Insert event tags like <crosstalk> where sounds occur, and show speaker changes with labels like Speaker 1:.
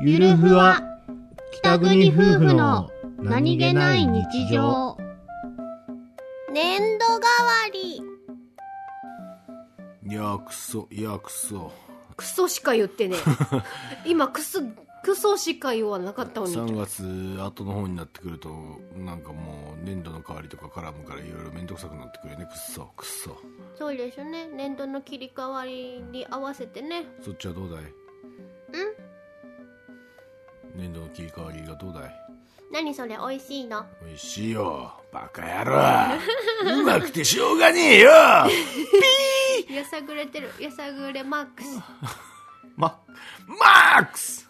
Speaker 1: ゆるふわ北国夫婦の
Speaker 2: 年度代わり
Speaker 1: いやーくそいやーくそ
Speaker 2: クソしか言ってね
Speaker 1: <laughs>
Speaker 2: え今クソクソしか言わなかったの
Speaker 1: 3
Speaker 2: に
Speaker 1: 月後の方になってくるとなんかもう年度の代わりとか絡むからいろいろ面倒くさくなってくるよねくっそくっそ
Speaker 2: そうですね年度の切り替わりに合わせてね
Speaker 1: そっちはどうだい年度の切り替わりがどうだい
Speaker 2: 何それ美味しいの
Speaker 1: おいしいよバカ野郎うまくてしょうがねえ <laughs> よ
Speaker 2: やさぐれてるやさぐれマックス
Speaker 1: まマックス